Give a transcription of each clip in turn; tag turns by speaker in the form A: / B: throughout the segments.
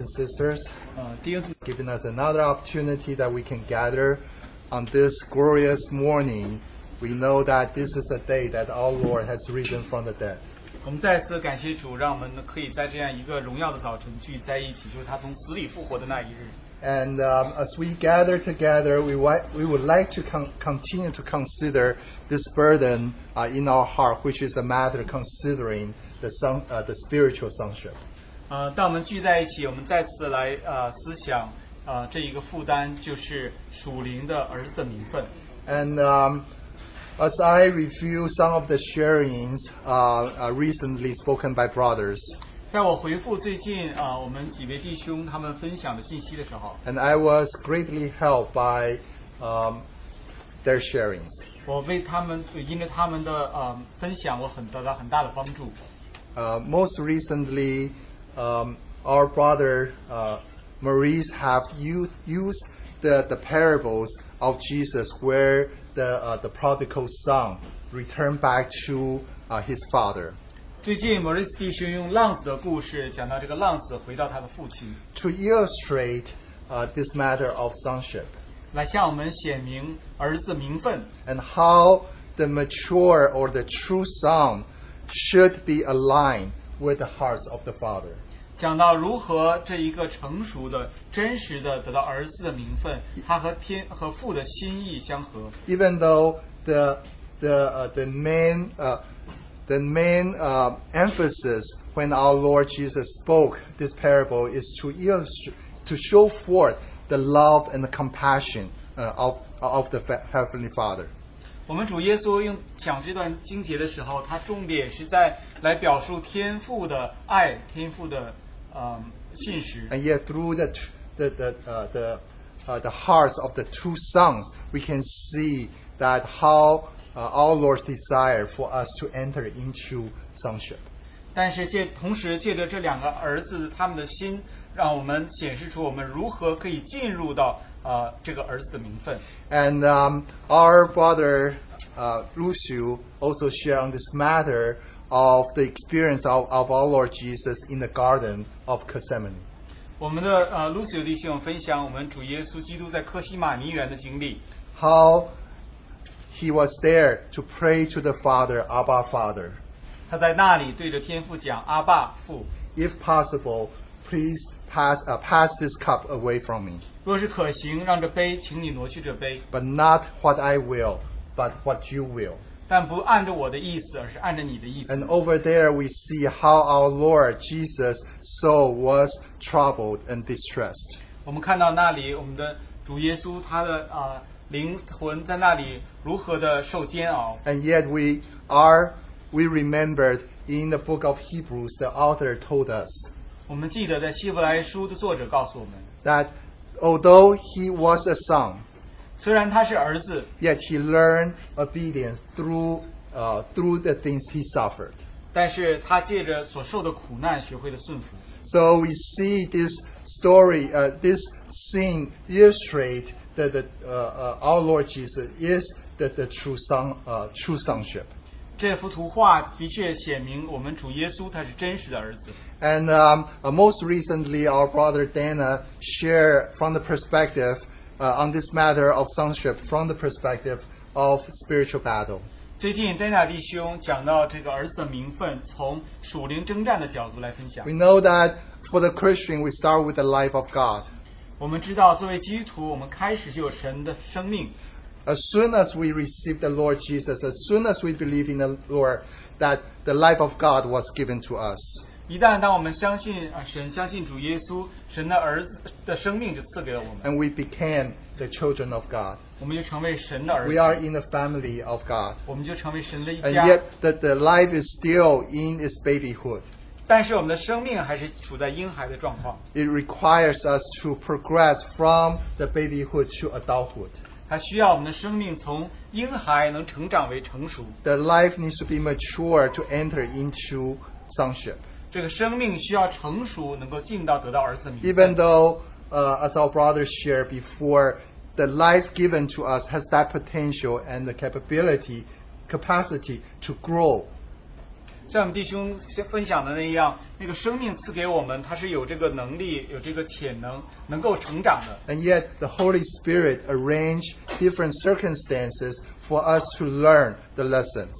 A: and sisters,
B: 呃，弟兄姊妹
A: giving us another opportunity that we can gather on this glorious morning. We know that this is a day that our Lord has risen from the dead.
B: 我们再次感谢主，让我们可以在这样一个荣耀的早晨聚在一起，就是他从死里复活的那一日。
A: And um, as we gather together, we, wi- we would like to con- continue to consider this burden uh, in our heart, which is the matter considering the, son- uh, the spiritual sonship.
B: 呃，当我们聚在一起，我们再次来呃思想呃这一个负担，就是属灵的儿子的名分。
A: And um, as I review some of the sharings uh, uh, recently spoken by brothers,
B: 在我回复最近啊、呃我们几位弟兄他们分享的信息的时候，
A: and I was greatly helped by um, their sharings.
B: 我为他们因着他们的呃分享，我很得到很大的帮助。
A: Uh, most recently, um, our brother uh, Maurice have u- used the, the parables of Jesus where the, uh, the prodigal son returned back to uh, his father
B: 最近莫瑞斯弟兄用浪子的故事讲到这个浪子回到他的父亲，
A: to illustrate uh, this matter of sonship.
B: 来向我们显明儿子的名分，
A: and how the mature or the true son should be aligned with the hearts of the father.
B: 讲到如何这一个成熟的、真实的得到儿子的名分，他和天和父的心意相合。
A: Even though the the uh, the main uh, the main uh, emphasis when our Lord Jesus spoke this parable is to illustrate to show forth the love and the compassion uh, of of the fa- heavenly Father.
B: 我们主耶稣用讲这段经节的时候，他重点是在来表述天父的爱、天父的呃信实。
A: And yet, through the tr- the the uh, the, uh, the hearts of the two sons, we can see that how uh, our Lord's desire for us to enter into sonship.
B: 但是借同时借着这两个儿子他们的心，让我们显示出我们如何可以进入到呃这个儿子的名分。
A: And um, our brother uh, Lucio also shared on this matter of the experience of, of our Lord Jesus in the Garden of Gethsemane.
B: 我们的呃 Lucio 弟兄分享我们主耶稣基督在科西玛尼园的经历，
A: How he was there to pray to the Father, Abba Father.
B: 他在那里对着天父讲：“阿爸父，
A: If possible, please pass, uh, pass this cup away from me.
B: 若是可行，让这杯，请你挪去这杯，
A: But not what I will, but what you will.
B: 但不按着我的意思，而是按着你的意思。”
A: And over there, we see how our Lord Jesus' soul was troubled and distressed.
B: 我们看到那里，我们的主耶稣他的啊、呃灵魂在那里如何的受煎熬，
A: And yet, we are we remembered in the book of Hebrews, the author told us
B: 我们记得在希伯来书的作者告诉我们，
A: that although he was a son,
B: 虽然他是儿子，
A: yet he learned obedience through uh, through the things he suffered.
B: 但是他借着所受的苦难学会了顺服。
A: So we see this story, uh, this scene illustrate that the, uh, uh, our Lord Jesus is the, the true son, uh, true sonship.
B: 这幅图画的确显明我们主耶稣他是真实的儿子。
A: And um, uh, most recently, our brother Dana shared from the perspective uh, on this matter of sonship from the perspective of spiritual battle.
B: 最近丹塔弟兄讲到这个儿子的名分，从属灵征战的角度来分享
A: We。know that for the Christian, we start with the life of God.
B: 我们知道，作为基督徒，我们开始就有神的生命，
A: As soon as we receive the Lord Jesus, as soon as we believe in the Lord, that the life of God was given to us.
B: 一旦当我们相信啊神，相信主耶稣，神的儿子的生命就赐给了我们，
A: and we became the children of God.
B: 我们就成为神的儿
A: We are
B: 子，
A: in the family of God.
B: 我们就成为神的一
A: And
B: 家。
A: yet the, the life is still in its babyhood.
B: 但是我们的生命还是处在婴孩的状况，
A: It requires us to progress from the babyhood to adulthood.
B: 它需要我们的生命从婴孩能成长为成熟，
A: The life needs to be mature to enter into sonship.
B: 这个生命需要成熟，能够进到得到儿子的名分。
A: Even though, uh, as our brother shared before, the life given to us has that potential and the capability, capacity to grow
B: 像我们弟兄分享的那样，那个生命赐给我们，它是有这个能力，有这个潜能，能够成长的。
A: And yet, the Holy Spirit arranged different circumstances for us to learn the lessons.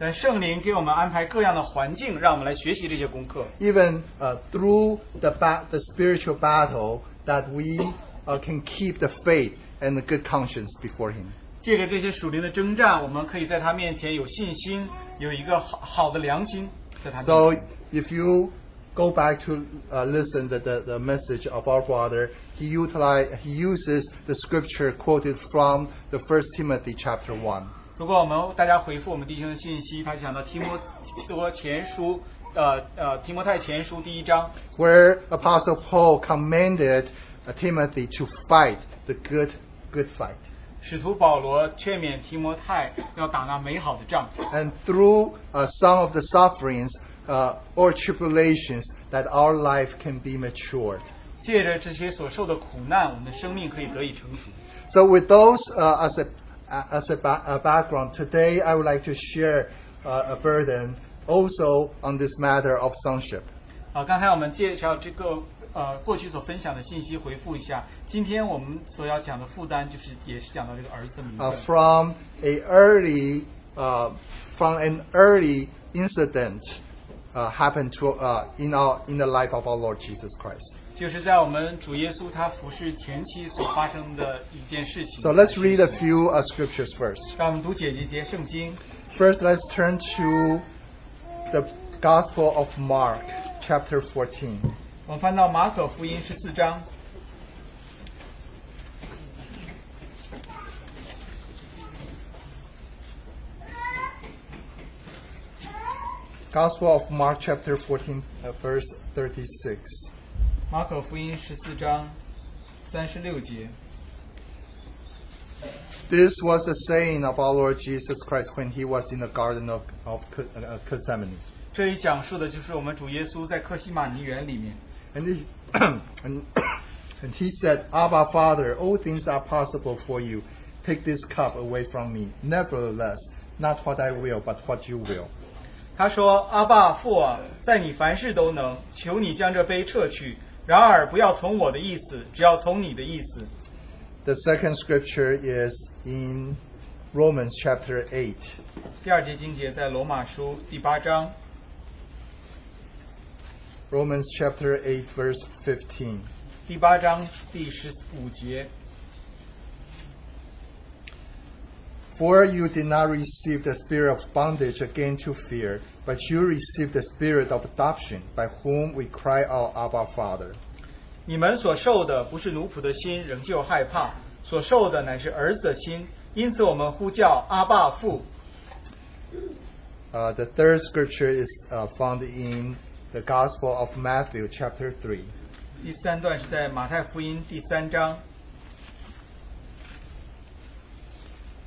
B: 但圣灵给我们安排各样的环境，让我们来学习这些功课。
A: Even uh, through the, ba- the spiritual battle, that we uh, can keep the faith and the good conscience before Him.
B: 借着这些属灵的征战，我们可以在他面前有信心，有一个好好的良心在他面前。
A: So if you go back to uh, listen to the, the message of our brother, he utilize, he uses the scripture quoted from the First Timothy chapter one.
B: 如果我们大家回复我们弟兄的信息，他讲到提摩多前书，呃呃，提摩太前书第一章，
A: where Apostle Paul commanded uh, Timothy to fight the good good fight.
B: 使徒保罗劝勉提摩太要打那美好的仗，
A: And through uh, some of the sufferings uh, or tribulations that our life can be matured.
B: 借着这些所受的苦难，我们的生命可以得以成熟。
A: So with those uh, as a uh, as a, ba- a background, today I would like to share uh, a burden also on this matter of sonship.
B: 啊，刚才我们介绍这个呃过去所分享的信息，回复一下。今天我们所要讲的负担，就是也是讲到这个儿子的名
A: uh,
B: 分。
A: from a early uh, from an early incident uh, happened to uh, in our in the life of our Lord Jesus Christ.
B: 就是在我们主耶稣他服侍前期所发生的一件事情。
A: So let's read a few uh, scriptures first.
B: 让我们读解一节圣经，
A: First, let's turn to the Gospel of Mark, chapter 14.
B: 我们翻到马可福音十四章，
A: Gospel of Mark, chapter 14, uh, verse 36.
B: 马可福音十四章三十六节。
A: This was the saying of our Lord Jesus Christ when he was in the Garden of, of Geth- uh, Gethsemane.
B: 这里讲述的就是我们主耶稣在克西马尼园里面，
A: And he, and, and he said, Abba, Father, all things are possible for you. Take this cup away from me. Nevertheless, not what I will, but what you will.
B: 他说：“阿爸父啊，在你凡事都能，求你将这杯撤去。然而不要从我的意思，只要从你的意思。
A: The second scripture is in Romans chapter 8. ”
B: 第二节经节在罗马书第八章，
A: Romans chapter 8, verse 15.
B: 第八章第十五节。
A: For you did not receive the spirit of bondage again to fear, but you received the spirit of adoption, by whom we cry out, Abba, Father.
B: 你们所受的不是奴仆的心，仍旧害怕；所受的乃是儿子的心。因此，我们呼叫阿爸父。
A: Uh, the third scripture is uh, found in the Gospel of Matthew, chapter 3.
B: 第三段是在马太福音第三章，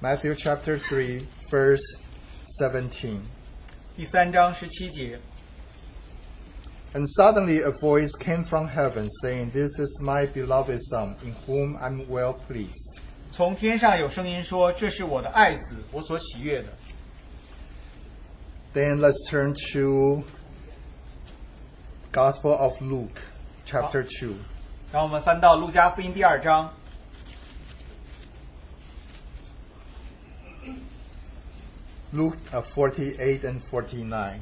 A: Matthew, chapter 3, verse 17.
B: 第三章十七节。
A: And suddenly a voice came from heaven saying, This is my beloved Son, in whom I'm well pleased.
B: 从天上有声音说：“这是我的爱子，我所喜悦的。
A: Then let's turn to Gospel of Luke, chapter 2. ”
B: 然后我们翻到路加福音第二章，
A: Luke uh, 48 and 49.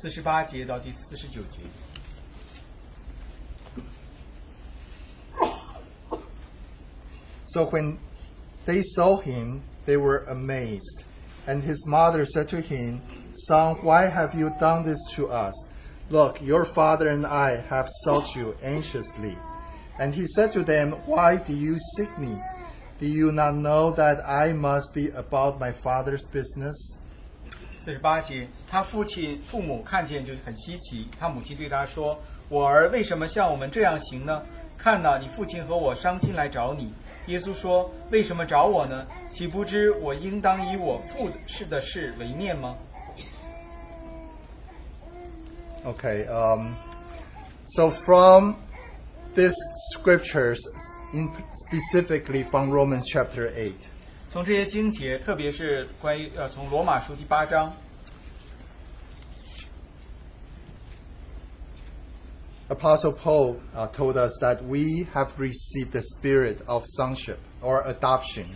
B: 四十八节到第四十九节。
A: So when they saw him, they were amazed. And his mother said to him, Son, why have you done this to us? Look, your father and I have sought you anxiously. And he said to them, Why do you seek me? Do you not know that I must be about my father's business?
B: 四十八节，他父亲父母看见就很稀奇，他母亲对他说：“我儿为什么像我们这样行呢？看呐，你父亲和我伤心来找你。”耶稣说：“为什么找我呢？岂不知我应当以我父事的事为念吗
A: Okay, um, so from these scriptures, in specifically from Romans chapter 8,？”
B: 从这些经节，特别是关于呃，从罗马书第八章，
A: Apostle Paul uh, told us that we have received the spirit of sonship or adoption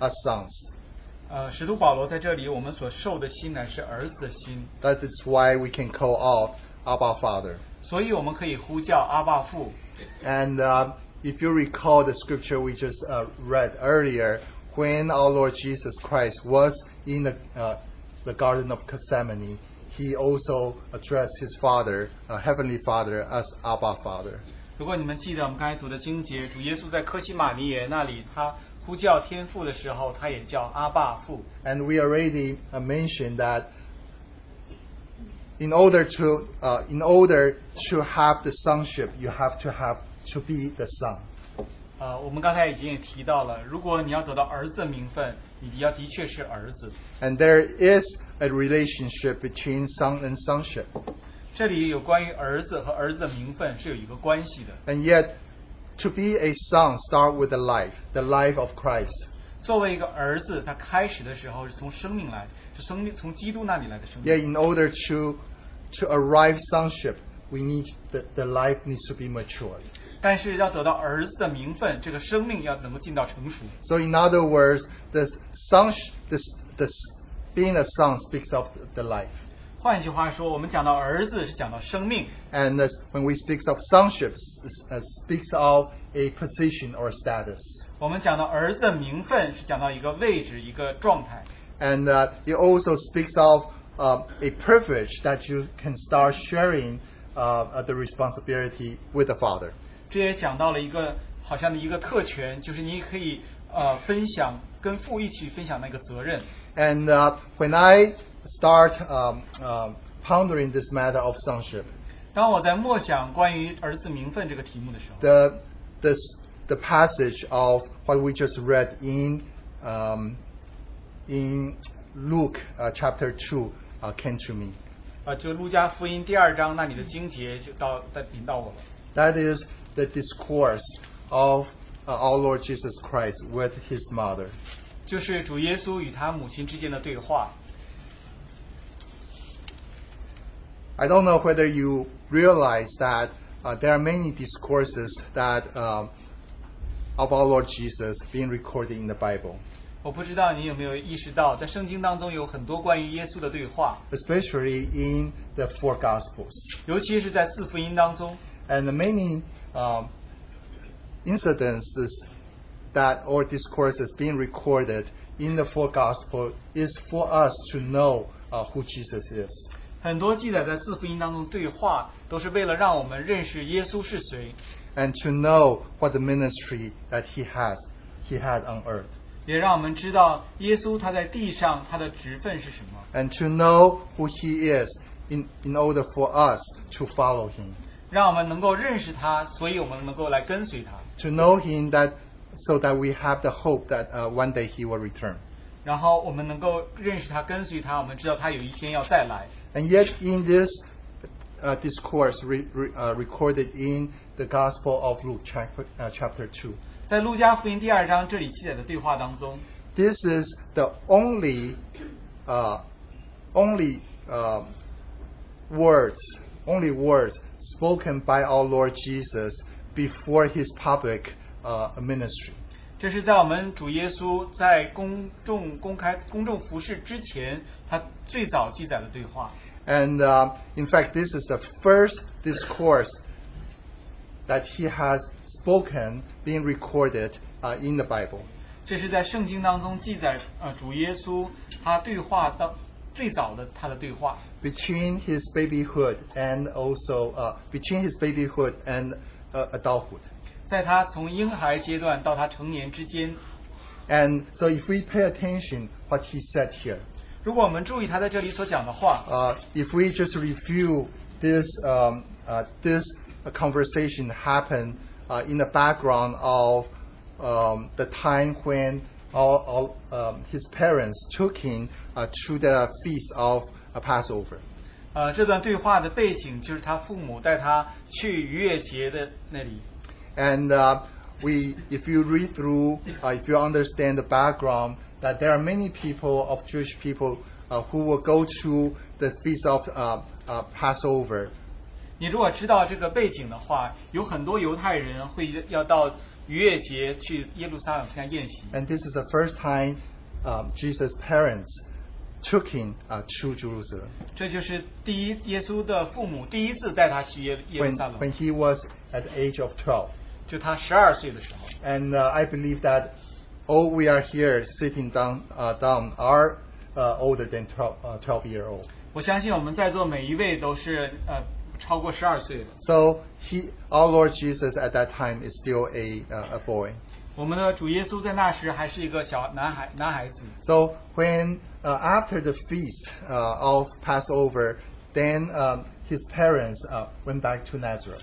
A: as sons.
B: 呃，使徒保罗在这里，我们所受的心乃是儿子的心，
A: That is why we can call out Abba Father.
B: 所以我们可以呼叫阿爸父。
A: And uh, if you recall the scripture we just uh, read earlier, when our Lord Jesus Christ was in the, uh, the Garden of Gethsemane, he also addressed his Father, uh, Heavenly Father, as Abba Father.
B: 如果你们记得我们刚才读的经节，主耶稣在科西玛尼园那里，他呼叫天父的时候，他也叫阿爸父。
A: And we already uh, mentioned that in order to uh, in order to have the sonship, you have to have to be the son.
B: 呃，我们刚才已经也提到了，如果你要得到儿子的名分，你要的确是儿子。
A: And there is a relationship between son and sonship.
B: 这里有关于儿子和儿子的名分是有一个关系的。
A: And yet, to be a son start with the life, the life of Christ.
B: 作为一个儿子，他开始的时候是从生命来，是生命从基督那里来的生
A: Yet,
B: 命。
A: in order to to arrive sonship, we need the, the life needs to be matured.
B: 但是要得到儿子的名分，这个生命要能够进到成熟。
A: So, in other words, the son, the, the being a son speaks of the life.
B: 换句话说，我们讲到儿子是讲到生命，
A: And as- when we speak of sonship, s- s- uh, speaks of a position or status.
B: 我们讲到儿子的名分是讲到一个位置、一个状态。
A: And uh, it also speaks of uh, a privilege that you can start sharing uh, uh, the responsibility with the Father.
B: 这也讲到了一个好像的一个特权，就是你可以呃分享跟父一起分享那个责任。
A: And uh, when I start um, um, pondering this matter of sonship,
B: 当我在默想关于儿子名分这个题目的时候，
A: the, this, the passage of what we just read in, um, in Luke uh, chapter 2 uh, came to me.
B: 呃，就路加福音第二章那里的经节就到在引导我了。
A: That is the discourse of uh, our Lord Jesus Christ with his mother.
B: 就是主耶稣与他母亲之间的对话。
A: I don't know whether you realize that uh, there are many discourses that um, of our Lord Jesus being recorded in the Bible,
B: 我不知道你有没有意识到，在圣经当中有很多关于耶稣的对话，
A: especially in the four Gospels,
B: 尤其是在四福音当中，
A: and many um, incidences that or discourses being recorded in the four Gospels is for us to know uh, who Jesus is.
B: 很多记载在四福音当中的对话，都是为了让我们认识耶稣是谁，
A: and to know what the ministry that he has he had on earth
B: 也让我们知道耶稣他在地上他的职分是什么，
A: and to know who he is in, in order for us to follow him
B: 让我们能够认识他，所以我们能够来跟随他，
A: to know him that so that we have the hope that uh, one day he will return
B: 然后我们能够认识他，跟随他，我们知道他有一天要再来。
A: and yet in this uh, discourse re, re, uh, recorded in the gospel of luke chapter, uh, chapter 2
B: 在路加福音第二章这里记载的对话当中，
A: this is the only uh, only um, words only words spoken by our Lord Jesus before his public uh, ministry
B: 这是在我们主耶稣在公众公开公众服饰之前，他最早记载的对话。
A: and uh, in fact this is the first discourse that he has spoken being recorded uh, in the Bible
B: 这是在圣经当中记载，呃，主耶稣他对话当最早的他的对话，
A: between his babyhood and also uh, between his babyhood and uh, adulthood
B: 在他从婴孩阶段到他成年之间。
A: And so if we pay attention what he said here,
B: 如果我们注意他在这里所讲的话，
A: uh, if we just review this, um, uh, this conversation happened uh, in the background of um, the time when all, all, um, his parents took him uh, to the feast of uh, Passover.
B: 呃，这段对话的背景就是他父母带他去逾越节的那里。
A: And uh, we, if you read through, uh, if you understand the background, that there are many people of Jewish people uh, who will go to the feast of uh, uh, Passover
B: 你如果知道这个背景的话，有很多犹太人会要到逾越节去耶路撒冷参加宴席。
A: And this is the first time um, Jesus' parents took him uh, to Jerusalem.
B: 这就是第一耶稣的父母第一次带他去耶耶
A: When,
B: 路撒冷
A: when，he was at the age of 12.
B: 就他十二岁的时候。
A: And uh, I believe that all we are here sitting down, uh, down are uh, older than 12, uh, 12 year old.
B: 我相信我们在座每一位都是呃超过十二岁的。
A: So he, our Lord Jesus at that time is still a, uh, a boy.
B: 我们的主耶稣在那时还是一个小男孩男孩子。
A: So when uh, after the feast uh, of Passover, then um, his parents uh, went back to Nazareth.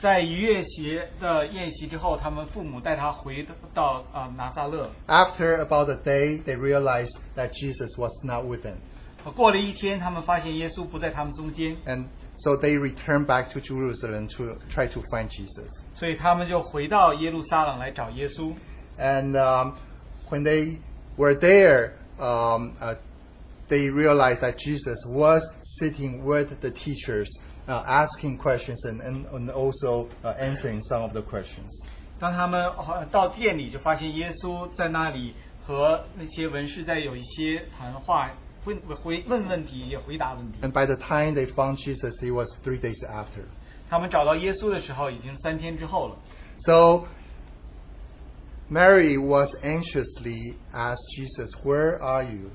B: 在逾越节的宴席之后，他们父母带他回到呃拿撒勒。
A: After about a day, they realized that Jesus was not with them,
B: 过了一天，他们发现耶稣不在他们中间，
A: and so they returned back to Jerusalem to try to find Jesus.
B: 所以他们就回到耶路撒冷来找耶稣。
A: And um, when they were there, um, uh, they realized that Jesus was sitting with the teachers, uh, asking questions and, and, and also uh, answering some of the questions.
B: 当他们呃到店里，就发现耶稣在那里和那些文士在有一些谈话，问回问问题，也回答问题。
A: And by the time they found Jesus, it was three days after.
B: 他们找到耶稣的时候，已经三天之后了。
A: So Mary was anxiously asked Jesus, Where are you?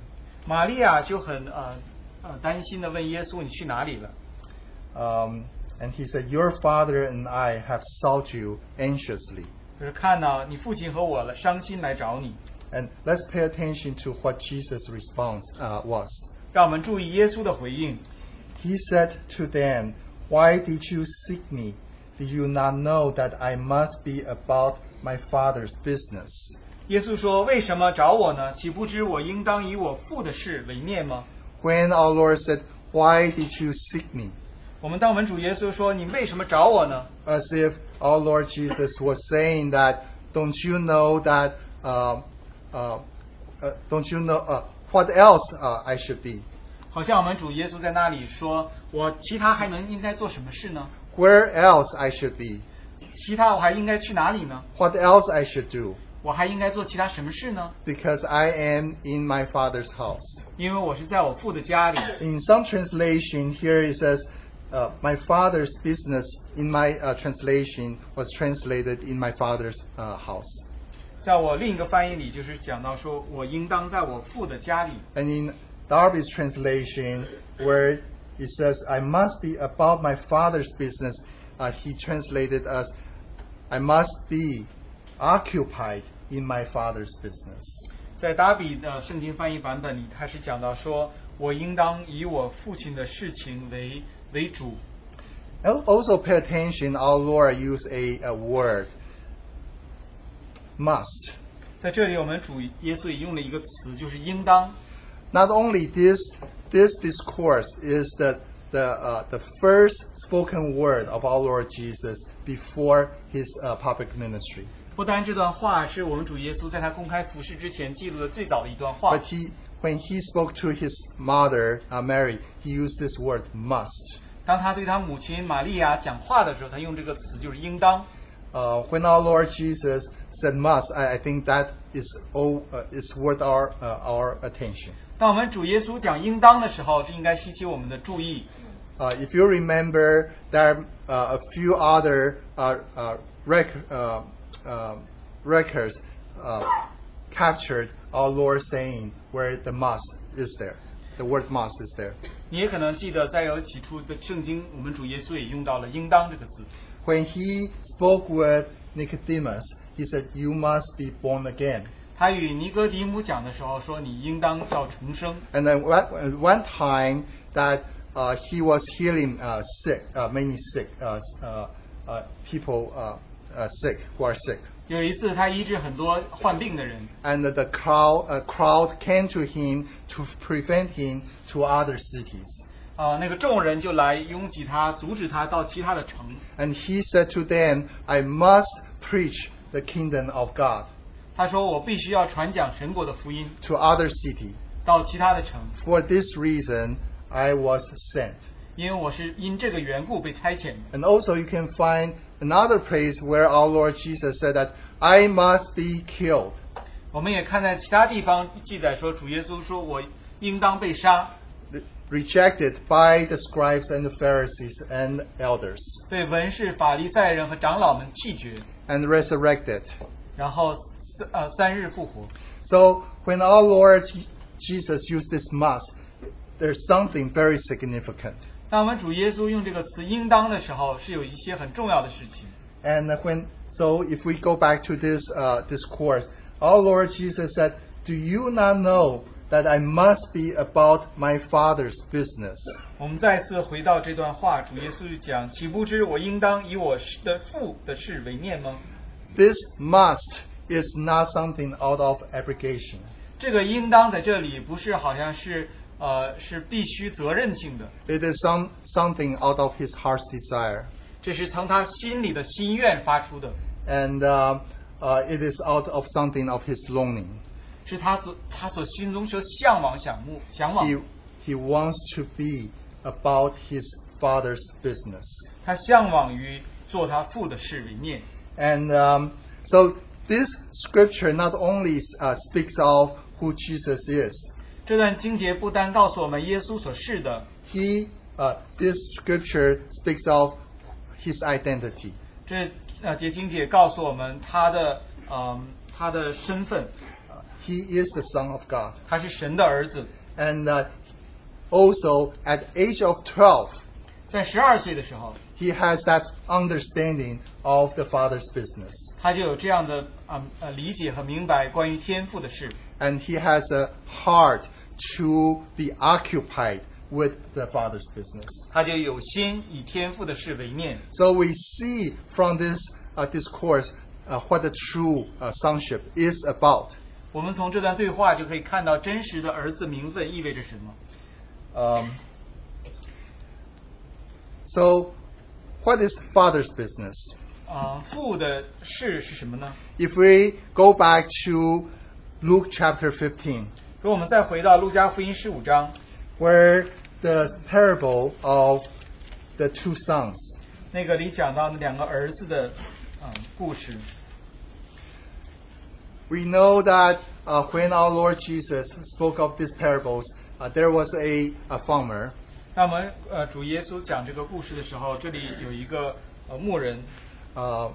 B: 玛利亚就很呃呃担心的问耶稣：“你去哪里了
A: Um, and he said, Your father and I have sought you anxiously.？”
B: 就是看呢，你父亲和我了，伤心来找你。
A: And let's pay attention to what Jesus' response uh, was.
B: 让我们注意耶稣的回应。
A: He said to them, Why did you seek me? Do you not know that I must be about my father's business?
B: 耶稣说：“为什么找我呢？岂不知我应当以我父的事为念吗
A: When our Lord said, Why did you seek me?？”
B: 我们当我们主耶稣说：“你为什么找我呢
A: as if our Lord Jesus was saying that, don't you know that, uh, uh, uh, don't you know uh, what else uh, I should be?？”
B: 好像我们主耶稣在那里说：“我其他还能应该做什么事呢？
A: Where else I should be?
B: 其他我还应该去哪里呢？
A: What else I should do?
B: 我还应该做其他什么事呢？
A: Because I am in my Father's house.
B: 因为我是在我父的家里。”
A: In some translation, here it says, uh, my Father's business. In my uh, translation, was translated in my Father's uh, house.
B: 在我另一个翻译里，就是讲到说，我应当在我父的家里。
A: And in Darby's translation, where it says, I must be about my father's business, uh, he translated as, I must be occupied in my father's business.
B: 在达比的圣经翻译版本里，他是讲到说，我应当以我父亲的事情为为主。
A: And also pay attention, our Lord used a, a word, must.
B: 在这里，我们主耶稣也用了一个词，就是应当。
A: Not only this, this discourse is the, the, uh, the first spoken word of our Lord Jesus before his uh, public ministry.
B: 不单这段话是我们主耶稣在他公开服饰之前记录的最早的一段话
A: But，he, when he spoke to his mother uh, Mary, he used this word must.
B: 当他对他母亲玛利亚讲话的时候，他用这个词就是应当。
A: Uh, when our Lord Jesus said must, I, I think that is all uh, is worth our uh, our attention.
B: 当我们主耶稣讲应当的时候，这应该吸引我们的注意。
A: Uh, if you remember, there are uh, a few other uh, uh, rec- uh, uh, records uh, captured our Lord saying where the must is there. The word must is there.
B: 你也可能记得，在有几处的圣经，我们主耶稣也用到了“应当”这个字。
A: When he spoke with Nicodemus, he said, You must be born again.
B: 他与尼哥底母讲的时候说：“你应当要重生。
A: And then one, one time that uh, he was healing uh, sick, uh, many sick uh, uh, uh, people uh, uh, sick who are sick. ”
B: 有一次，他医治很多患病的人，
A: And the crowd, uh, crowd came to him to prevent him to other cities.
B: 啊、那个众人就来拥挤他，阻止他到其他的城。
A: And he said to them, I must preach the kingdom of God
B: 他说：“我必须要传讲神国的福音
A: to other city.
B: 到其他的城，
A: For this reason, I was sent.
B: 因为我是因这个缘故被差遣。
A: And also, you can find another place where our Lord Jesus said that I must be killed.
B: 我们也看在其他地方记载说，主耶稣说我应当被杀，
A: re- rejected by the scribes and the Pharisees and elders
B: 被文士、法利赛人和长老们弃绝，
A: and resurrected.
B: 然后呃三日复活。
A: So when our Lord Jesus used this must, there's something very significant.
B: 当我们主耶稣用这个词“应当”的时候，是有一些很重要的事情。
A: And when so, if we go back to this uh, this course, our Lord Jesus said, "Do you not know that I must be about my Father's business?"
B: 我们再次回到这段话，主耶稣就讲：“岂不知我应当以我是的父的事为念吗
A: This must is not something out of obligation.？”
B: 这个“应当”在这里不是好像是呃是必须责任性的，
A: It is some something out of his heart's desire.
B: 这是从他心里的心愿发出的，
A: and uh, uh, it is out of something of his longing.
B: 是他所他所心中所向往、想慕、向往
A: He he wants to be about his father's business,
B: 他向往于做他父的事为念。
A: and um, so this scripture not only uh, speaks of who Jesus is.
B: 这段经节不单告诉我们耶稣所是的，
A: He uh, this scripture speaks of his identity.
B: 这呃节经节告诉我们他的嗯、他的身份，
A: Uh, he is the Son of God,
B: 他是神的儿子。
A: and uh, also at age of twelve,
B: 在十二岁的时候，
A: he has that understanding of the father's business.
B: 他就有这样的啊呃理解和明白关于天赋的事，
A: and he has a heart to be occupied with the Father's business.
B: 他就有心以天赋的事为念。
A: So we see from this uh, discourse uh, what the true uh, sonship is about.
B: 我们从这段对话就可以看到真实的儿子名分意味着什么。
A: Um, so, what is Father's business?
B: 啊、父的事是什么呢？
A: If we go back to Luke chapter 15,
B: 如果我们再回到路加福音十五章，
A: where the parable of the two sons,
B: 那个里讲到那两个儿子的嗯故事。
A: We know that uh, when our Lord Jesus spoke of these parables, uh, there was a, a farmer,
B: 那我们呃主耶稣讲这个故事的时候，这里有一个呃牧人，
A: uh,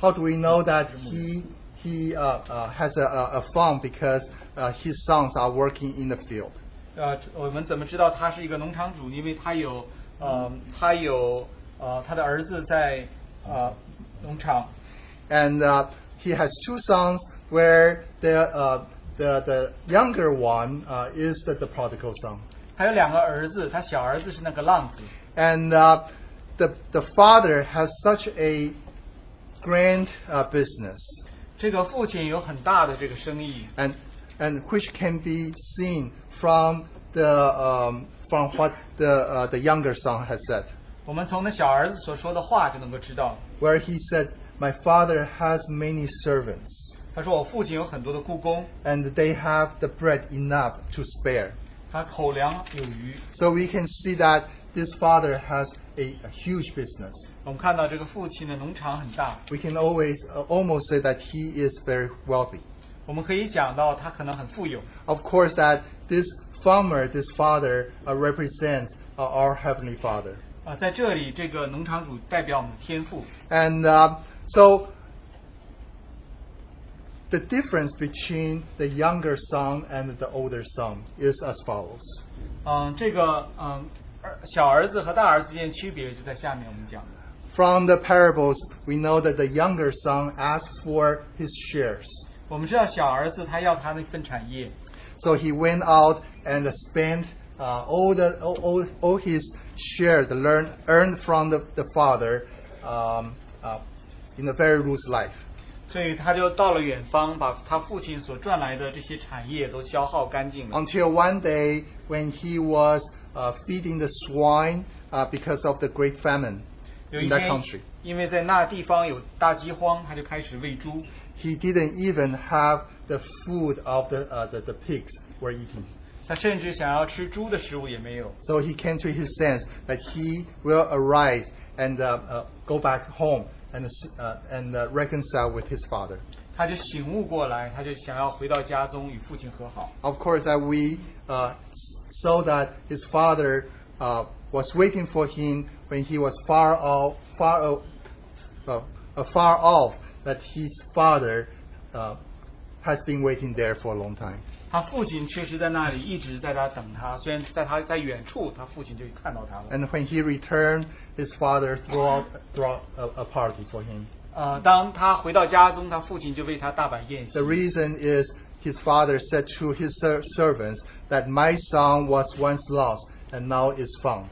A: how do we know that he he uh, uh, has a, a, a farm because uh, his sons are working in the field?
B: 呃我们怎么知道他是一个农场主？因为他有呃他有呃他的儿子在呃农场，
A: And uh, he has two sons where the uh, the, the younger one uh, is the, the prodigal son,
B: 他有两个儿子，他小儿子是那个浪子，
A: and uh, the the father has such a grand uh, business.
B: 这个父亲有很大的这个生意，
A: and and which can be seen from the um, from what the uh, the younger son has said,
B: 我们从那小儿子所说的话就能够知道，
A: where he said, "My father has many servants,
B: 他说我父亲有很多的雇工，
A: and they have the bread enough to spare."
B: 他口粮有余。
A: So we can see that this father has a, a huge business.
B: 我们看到这个父亲的农场很大，
A: We can always uh, almost say that he is very wealthy.
B: 我们可以讲到他可能很富有。
A: Of course, that this farmer, this father, uh, represents uh, our heavenly father.
B: 啊，在这里，这个农场主代表我们的天赋。
A: And uh, so the difference between the younger son and the older son is as follows.
B: 嗯，这个嗯，儿小儿子和大儿子之间区别就在下面我们讲的。
A: From the parables, we know that the younger son asked for his shares.
B: 我们知道小儿子他要他那份产业，
A: So he went out and spent uh, all, the, all, all, all his share the learn, earned from the, the father um, uh, in a very loose life.
B: 所以他就到了远方，把他父亲所赚来的这些产业都消耗干净了。
A: until one day when he was uh, feeding the swine uh, because of the great famine
B: 有一
A: in that
B: 天
A: country.，
B: 因为在那地方有大饥荒，他就开始喂猪，
A: He didn't even have the food of the, uh, the, the pigs were eating.
B: 他甚至想要吃猪的食物也没有。
A: So he came to his sense that he will arise and uh, uh, go back home and, uh, and uh, reconcile with his father.
B: 他就醒悟过来，他就想要回到家中与父亲和好。
A: Of course, that we uh, saw that his father uh, was waiting for him when he was far off, far off, uh, uh, far off. That his father uh, has been waiting there for a long time.
B: 他父亲确实在那里一直在他等他，虽然在他在远处，他父亲就看到他了。
A: And when he returned, his father threw out, threw out a, a party for him.
B: 呃，当他回到家中，他父亲就为他大摆宴席
A: The。reason is his father said to his ser- servants that my son was once lost and now is found.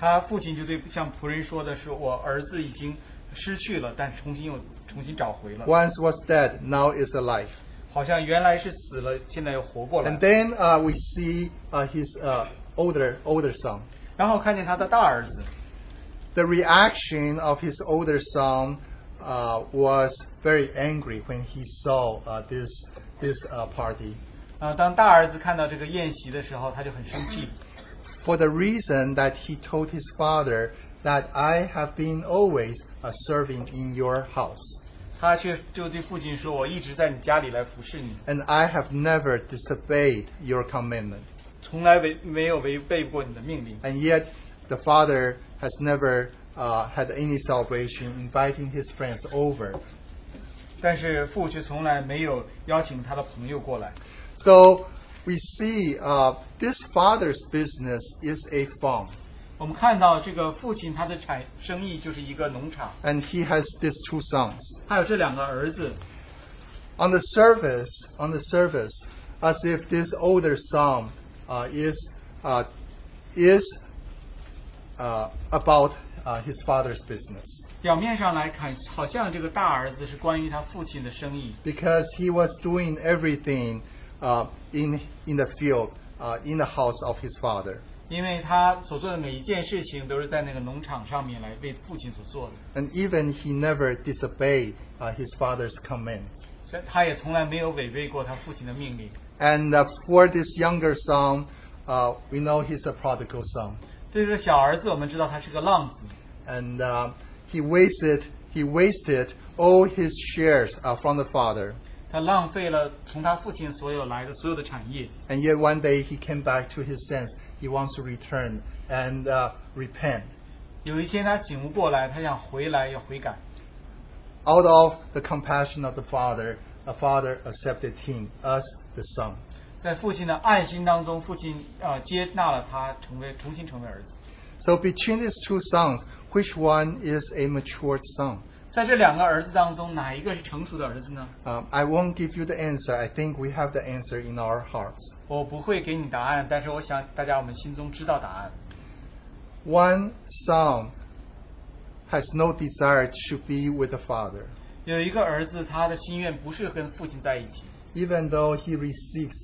B: 他父亲就对向仆人说的是：“我儿子已经失去了，但是重新又重新找回了，
A: Once was dead, now is alive.
B: 好像原来是死了，现在又活过来。”
A: And then uh, we see uh, his uh, older older son.
B: 然后看见他的大儿子，
A: The reaction of his older son uh, was very angry when he saw uh, this this uh, party.
B: 呃，当大儿子看到这个宴席的时候，他就很生 气。
A: for the reason that he told his father that I have been always a serving in your house,
B: 他却就对父亲说：“我一直在你家里来服侍你，
A: and I have never disobeyed your commandment.
B: 从来违没有违背过你的命令。
A: And yet, the father has never uh, had any salvation, inviting his friends over. ”
B: 但是父却从来没有邀请他的朋友过来。
A: So we see uh, this father's business is a farm,
B: 我们看到这个父亲他的产生意就是一个农场，
A: and he has these two sons.
B: 他有这两个儿子。
A: on the surface, on the surface, as if this older son uh, is uh, is uh, about uh, his father's business
B: 表面上来看，好像这个大儿子是关于他父亲的生意，
A: because he was doing everything uh, in in the field, uh, in the house of his father,
B: 因为他所做的每一件事情都是在那个农场上面来为父亲所做的。
A: and even he never disobeyed uh, his father's commands.
B: 所以他也从来没有违背过他父亲的命令。
A: And uh, for this younger son, uh, we know he's a prodigal son.
B: 对这个小儿子，我们知道他是个浪子，
A: and uh, he wasted he wasted all his shares uh, from the father.
B: 他浪费了从他父亲所有来的所有的产业。
A: And yet one day he came back to his sense. He wants to return and uh, repent.
B: 有一天他醒悟过来，他想回来要悔改，
A: Out of the compassion of the father, the father accepted him as the son.
B: 在父亲的爱心当中，父亲呃接纳了他，成为重新成为儿子。
A: So between these two sons, which one is a matured son?
B: 在这两个儿子当中，哪一个是成熟的儿子呢？
A: Um, I won't give you the answer. I think we have the answer in our hearts.
B: 我不会给你答案，但是我想大家我们心中知道答案。
A: One son has no desire to be with the father.
B: 有一个儿子，他的心愿不是跟父亲在一起，
A: even though he receives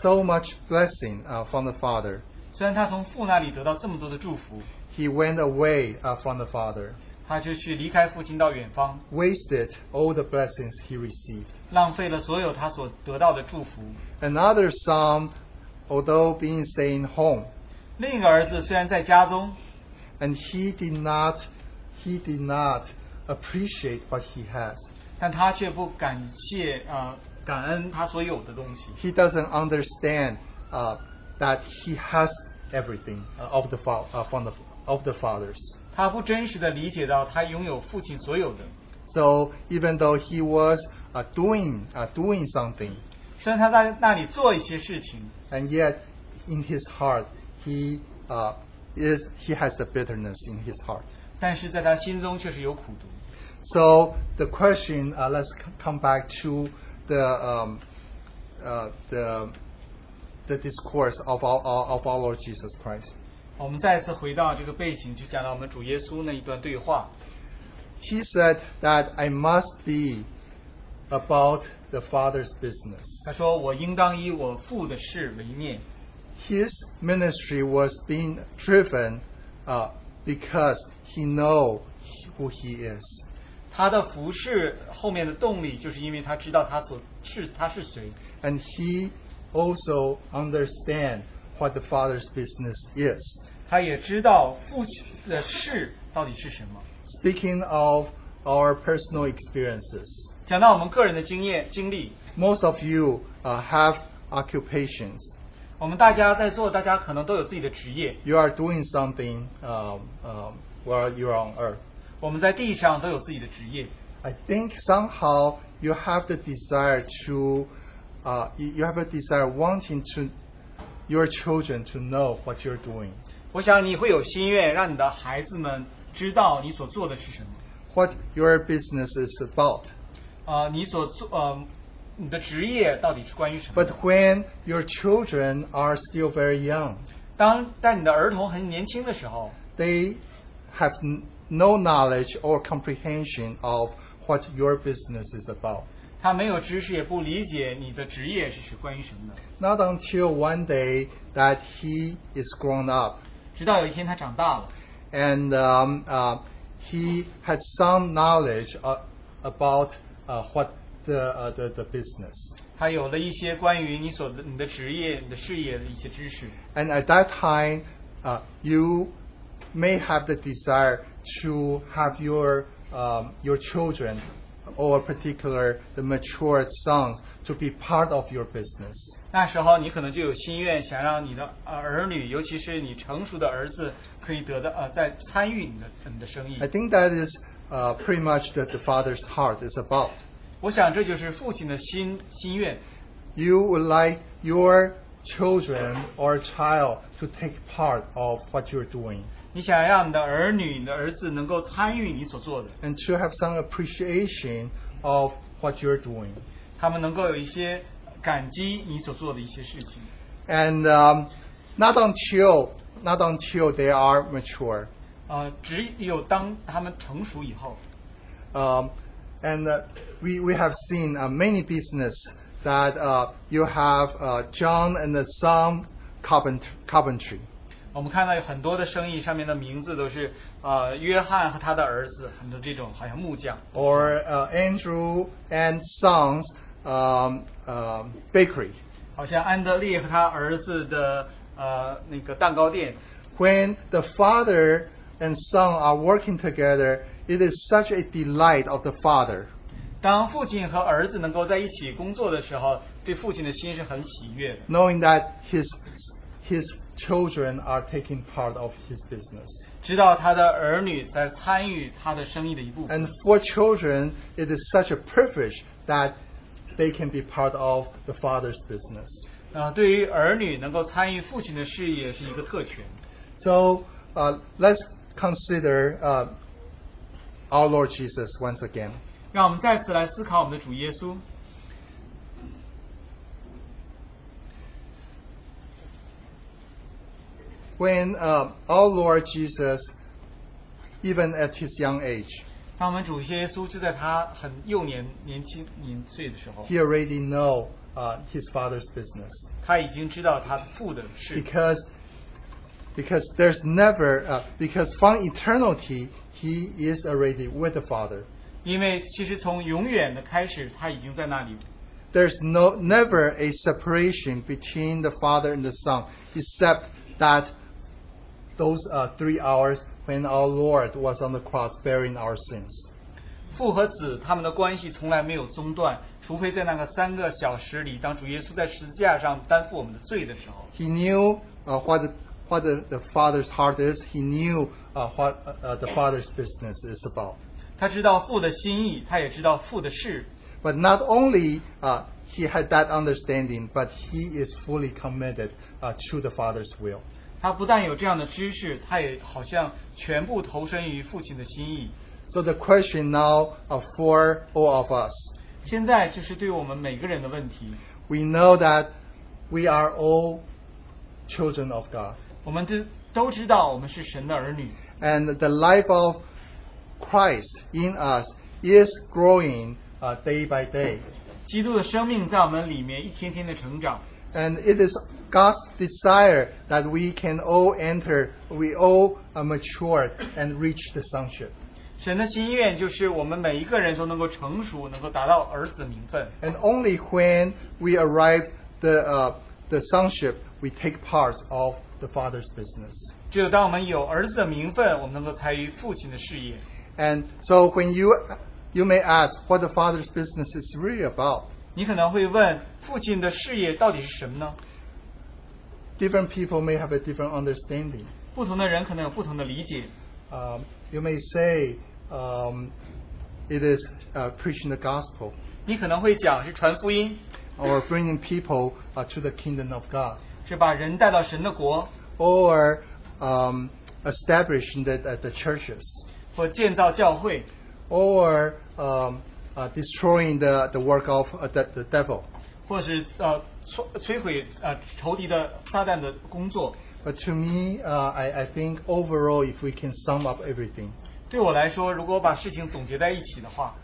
A: so much blessing uh, from the Father,
B: 虽然他从父那里得到这么多的祝福，
A: he went away uh, from the Father,
B: 他就去离开父亲到远方，
A: wasted all the blessings he received.
B: 浪费了所有他所得到的祝福。
A: Another son, although being staying home,
B: 另一个儿子虽然在家中，
A: and he did not, he did not appreciate what he has.
B: 但他却不感谢呃感恩他所有的东西，
A: He doesn't understand uh, that he has everything uh, of the fa- uh, from the of the fathers.
B: 他不真实的理解到他拥有父亲所有的。
A: So even though he was uh, doing uh, doing something,
B: 虽然他在那里做一些事情，
A: and yet in his heart he uh, is he has the bitterness in his heart.
B: 但是在他心中却是有苦毒。
A: So the question, uh, let's c- come back to the um, uh, the the discourse of our our- of our Lord Jesus Christ.
B: 我们再次回到这个背景，就讲到我们主耶稣那一段对话。
A: He said that I must be about the Father's business.
B: 他说：“我应当以我父的事为念。
A: His ministry was being driven uh, because he know who he is. ”
B: 他的服饰后面的动力，就是因为他知道他所是他是谁，
A: and he also understand what the Father's business is.
B: 他也知道父亲的事到底是什么。
A: Speaking of our personal experiences,
B: 讲到我们个人的经验经历，
A: most of you uh, have occupations.
B: 我们大家在座，大家可能都有自己的职业，
A: You are doing something um, um, while you are on earth.
B: 我们在地上都有自己的职业。
A: I think somehow you have the desire to, uh, you you have a desire wanting to your children to know what you're doing.
B: 我想你会有心愿，让你的孩子们知道你所做的是什么。
A: what your business is about.
B: 呃，你所做呃，你的职业到底是关于什么
A: But when your children are still very young,
B: 当当你的儿童很年轻的时候，
A: they have n- no knowledge or comprehension of what your business is about.
B: 他没有知识，也不理解你的职业是是关于什么的。
A: Not until one day that he is grown up
B: 直到有一天他长大了，
A: and um, uh, he has some knowledge uh, about uh, what the, uh, the, the business.
B: 他有了一些关于你所的你的职业、你的事业的一些知识。
A: And at that time, uh, you may have the desire to have your um, your children, or particular the matured sons, to be part of your business.
B: 那时候你可能就有心愿，想让你的呃儿女，尤其是你成熟的儿子，可以得到呃在参与你的你的生意
A: I。think that is uh, pretty much that the father's heart is about.
B: 我想这就是父亲的心心愿，
A: You would like your children or child to take part of what you're doing
B: 你想让你的儿女、你的儿子能够参与你所做的，
A: and to have some appreciation of what you're doing.
B: 他们能够有一些感激你所做的一些事情。
A: and um, not until not until they are mature.
B: 呃，只有当他们成熟以后，
A: Um, and uh, we we have seen uh, many business that uh, you have uh, John and the son Covent- Coventry.
B: 我们看到有很多的生意上面的名字都是呃约翰和他的儿子，很多这种好像木匠，
A: Or uh, Andrew and Sons um, um, Bakery.
B: 好像安德烈和他儿子的呃那个蛋糕店。
A: When the father and son are working together, it is such a delight of the father.
B: 当父亲和儿子能够在一起工作的时候，对父亲的心是很喜悦的。
A: knowing that his his children are taking part of his business.
B: 知道他的儿女在参与他的生意的一部分。
A: And for children, it is such a privilege that they can be part of the father's business.
B: 啊，对于儿女能够参与父亲的事业是一个特权。
A: So uh, let's consider uh, our Lord Jesus once again.
B: 让我们再次来思考我们的主耶稣。
A: When uh, our Lord Jesus, even at his young age,
B: 当我们主耶稣就在他很幼年、年轻、年岁的时候，
A: he already know uh, his father's business.
B: 他已经知道他父的事，
A: because because there's never uh, because from eternity he is already with the father
B: 因为其实从永远的开始，他已经在那里，
A: there's no never a separation between the father and the son except that those uh, three hours when our lord was on the cross bearing our sins
B: 父和子他们的关系从来没有中断，除非在那个三个小时里，当主耶稣在十字架上担负我们的罪的时候，
A: he knew uh, what the, what the, the father's heart is he knew uh, what uh, uh, the father's business is about
B: 他知道父的心意，他也知道父的事，
A: But not only uh, he had that understanding, but he is fully committed uh, to the Father's will.
B: 他不但有这样的知识，他也好像全部投身于父亲的心意。
A: So the question now uh, for all of us,
B: 现在就是对我们每个人的问题，
A: we know that we are all children of God,
B: 我们都都知道我们是神的儿女，
A: and the life of Christ in us is growing uh, day by day,
B: 基督的生命在我们里面一天天的成长。
A: and it is God's desire that we can all enter, we all uh, mature and reach the sonship.
B: 神的心愿就是我们每一个人都能够成熟，能够达到儿子的名分。
A: And only when we arrive the uh, the sonship, we take parts of the Father's business.
B: 只有当我们有儿子的名分，我们能够参与父亲的事业。
A: And so when you you may ask what the Father's business is really about,
B: 你可能会问，父亲的事业到底是什么呢？
A: different people may have a different understanding.
B: 不同的人可能有不同的理解。
A: Um, you may say um, it is uh, preaching the gospel
B: 你可能会讲是传福音，
A: or bringing people uh, to the kingdom of God
B: 是把人带到神的国，
A: or um, establishing the, uh, the churches
B: 或建造教会，
A: or um, uh, destroying the, the work of uh, the, the devil.
B: 或是呃摧摧毁呃仇敌的撒旦的工作。
A: But to me, uh, I, I think overall, if we can sum up everything,
B: 对我来说，如果把事情总结在一起的话，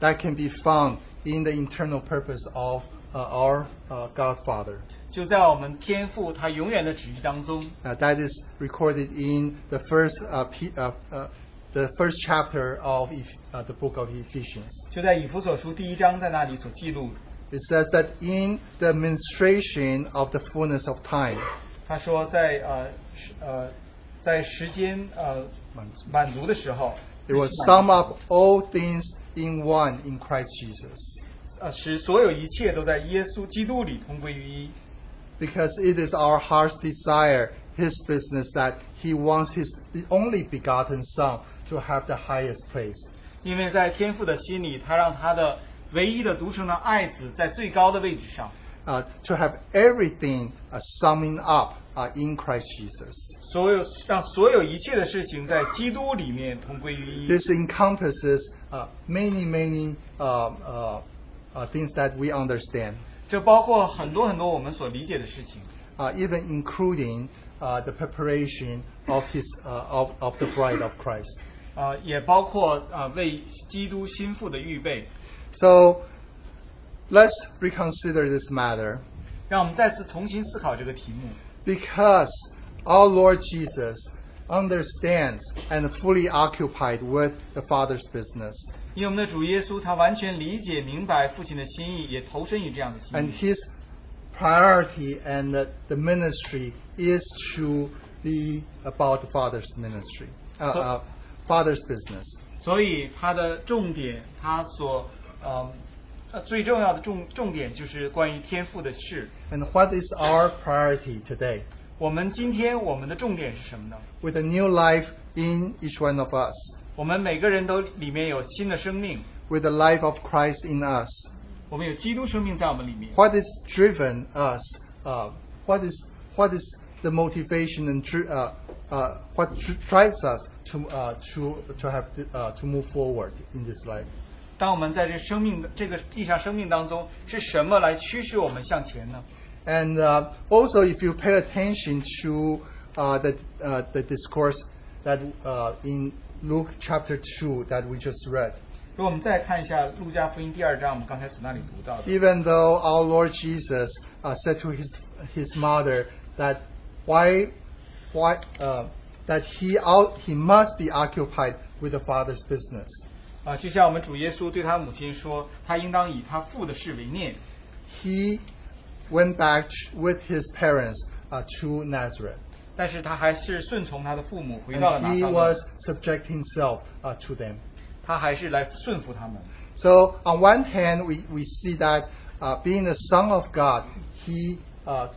A: that can be found in the internal purpose of uh, our uh, Godfather.
B: 就在我们天赋他永远的旨意当中，
A: Uh, that is recorded in the first, uh, pe- uh, uh, the first chapter of Eph- uh, the book of Ephesians.
B: 就在以弗所书第一章在那里所记录。
A: It says that in the administration of the fullness of time,
B: 他说在呃时呃在时间呃满足的时候，
A: it will sum up all things in one in Christ Jesus.
B: 呃使所有一切都在耶稣基督里同归于一。
A: Because it is our heart's desire, His business, that He wants His only begotten Son to have the highest place.
B: 因为在天父的心里，他让他的唯一的独生的爱子在最高的位置上，
A: uh, to have everything uh, summing up uh, in Christ Jesus.
B: 所有让所有一切的事情在基督里面同归于一。
A: This encompasses uh, many, many um, uh, uh, things that we understand,
B: 这包括很多很多我们所理解的事情，
A: uh, even including uh, the preparation of, his, uh, of, of the bride of Christ.
B: 呃，也包括呃为基督心腹的预备。
A: So let's reconsider this matter
B: 让我们再次重新思考这个题目，
A: because our Lord Jesus understands and fully occupied with the Father's business.
B: 因为我们的主耶稣他完全理解明白父亲的心意，也投身于这样的心
A: and
B: 意。
A: his priority and the, the ministry is to be about the father's ministry uh,
B: So-
A: uh, father's business
B: 所以他的重点，他所呃呃最重要的重重点就是关于天赋的事。
A: and what is our priority today
B: 我们今天我们的重点是什么呢？
A: with a new life in each one of us
B: 我们每个人都里面有新的生命，
A: with the life of christ in us
B: 我们有基督生命在我们里面。
A: what is driven us uh, what is what is the motivation and dri- uh, uh, what dri- drives us to uh, to to have uh, to move forward in this life
B: 当我们在这生命的这个地上生命当中，是什么来驱使我们向前呢？
A: And uh, also, if you pay attention to uh, the, uh, the discourse that uh, in Luke chapter 2 that we just read,
B: 如果我们再看一下《路加福音》第二章，我们刚才从那里读到的，
A: even though our Lord Jesus uh, said to his, his mother that why, why, uh, that he, out, he must be occupied with the Father's business.
B: 啊，就像我们主耶稣对他母亲说，他应当以他父的事为念。
A: He went back with his parents uh, to Nazareth.
B: 但是他还是顺从他的父母回到了
A: And
B: 拿
A: he
B: 撒
A: was
B: 勒，
A: subject himself uh, to them.
B: 他还是来顺服他们。
A: So on one hand, we, we see that uh, being the son of God, he uh,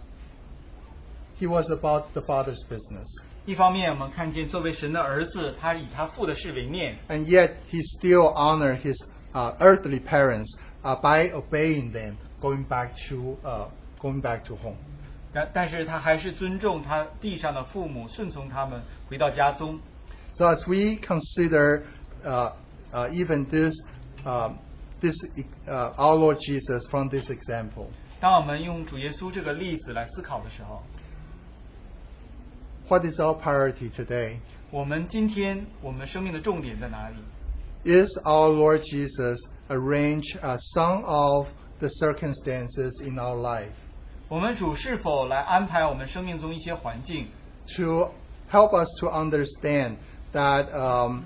A: he was about the father's business,
B: 一方面，我们看见作为神的儿子，他以他父的事为念，
A: and yet he still honored his uh, earthly parents uh, by obeying them, going back to uh, going back to home.
B: 但但是他还是尊重他地上的父母，顺从他们回到家中。
A: So as we consider uh, uh, even this um, this uh, our Lord Jesus from this example,
B: 当我们用主耶稣这个例子来思考的时候，
A: what is our priority today?
B: 我们今天我们生命的重点在哪里？
A: Is our Lord Jesus arranged uh, some of the circumstances in our life
B: 我们主是否来安排我们生命中一些环境，
A: to help us to understand that um,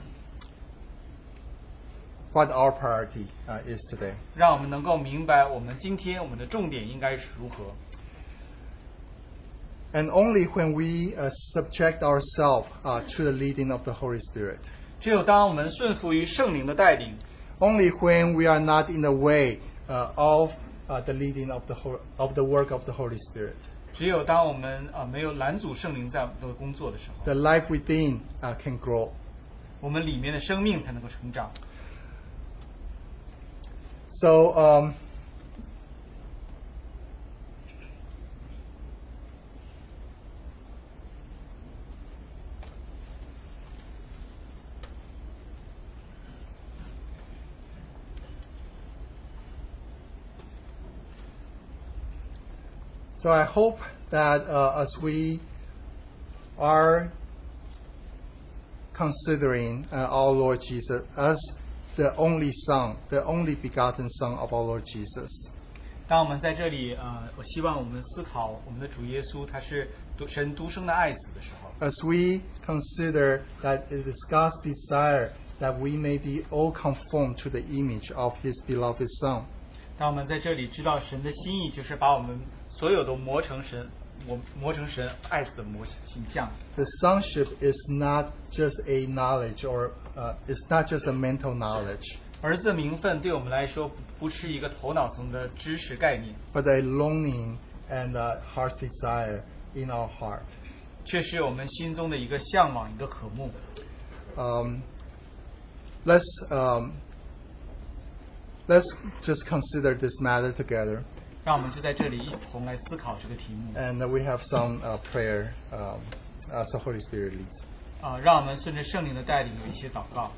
A: what our priority uh, is today?
B: 让我们能够明白我们今天我们的重点应该是如何？
A: and only when we uh, subject ourselves uh, to the leading of the Holy Spirit.
B: 只有当我们顺服于圣灵的带领，
A: Only when we are not in the way uh, of uh, the leading of the hol- of the work of the Holy Spirit.
B: 只有当我们啊、呃没有拦阻圣灵在我们的工作的时候，
A: The life within uh, can grow.
B: 我们里面的生命才能够成长。
A: So um, so I hope that uh, as we are considering uh, our Lord Jesus as the only Son, the only begotten Son of our Lord Jesus.
B: 当我们在这里呃，我希望我们思考我们的主耶稣他是独神独生的爱子的时候，
A: As we consider that it is God's desire that we may be all conformed to the image of His beloved Son,
B: 当我们在这里知道神的心意就是把我们所有都磨成神，磨磨成神爱子的模形象。
A: the sonship is not just a knowledge or uh, it's not just a mental knowledge,
B: 儿子的名分对我们来说不不是一个头脑层的知识概念，
A: but a longing and a heart's desire in our heart.
B: 却是我们心中的一个向往，一个渴慕。
A: um, let's um, let's just consider this matter together,
B: 让我们就在这里一同来思考这个题目，
A: and we have some uh, prayer um, as the Holy Spirit leads.
B: 啊、让我们顺着圣灵的带领有一些祷告。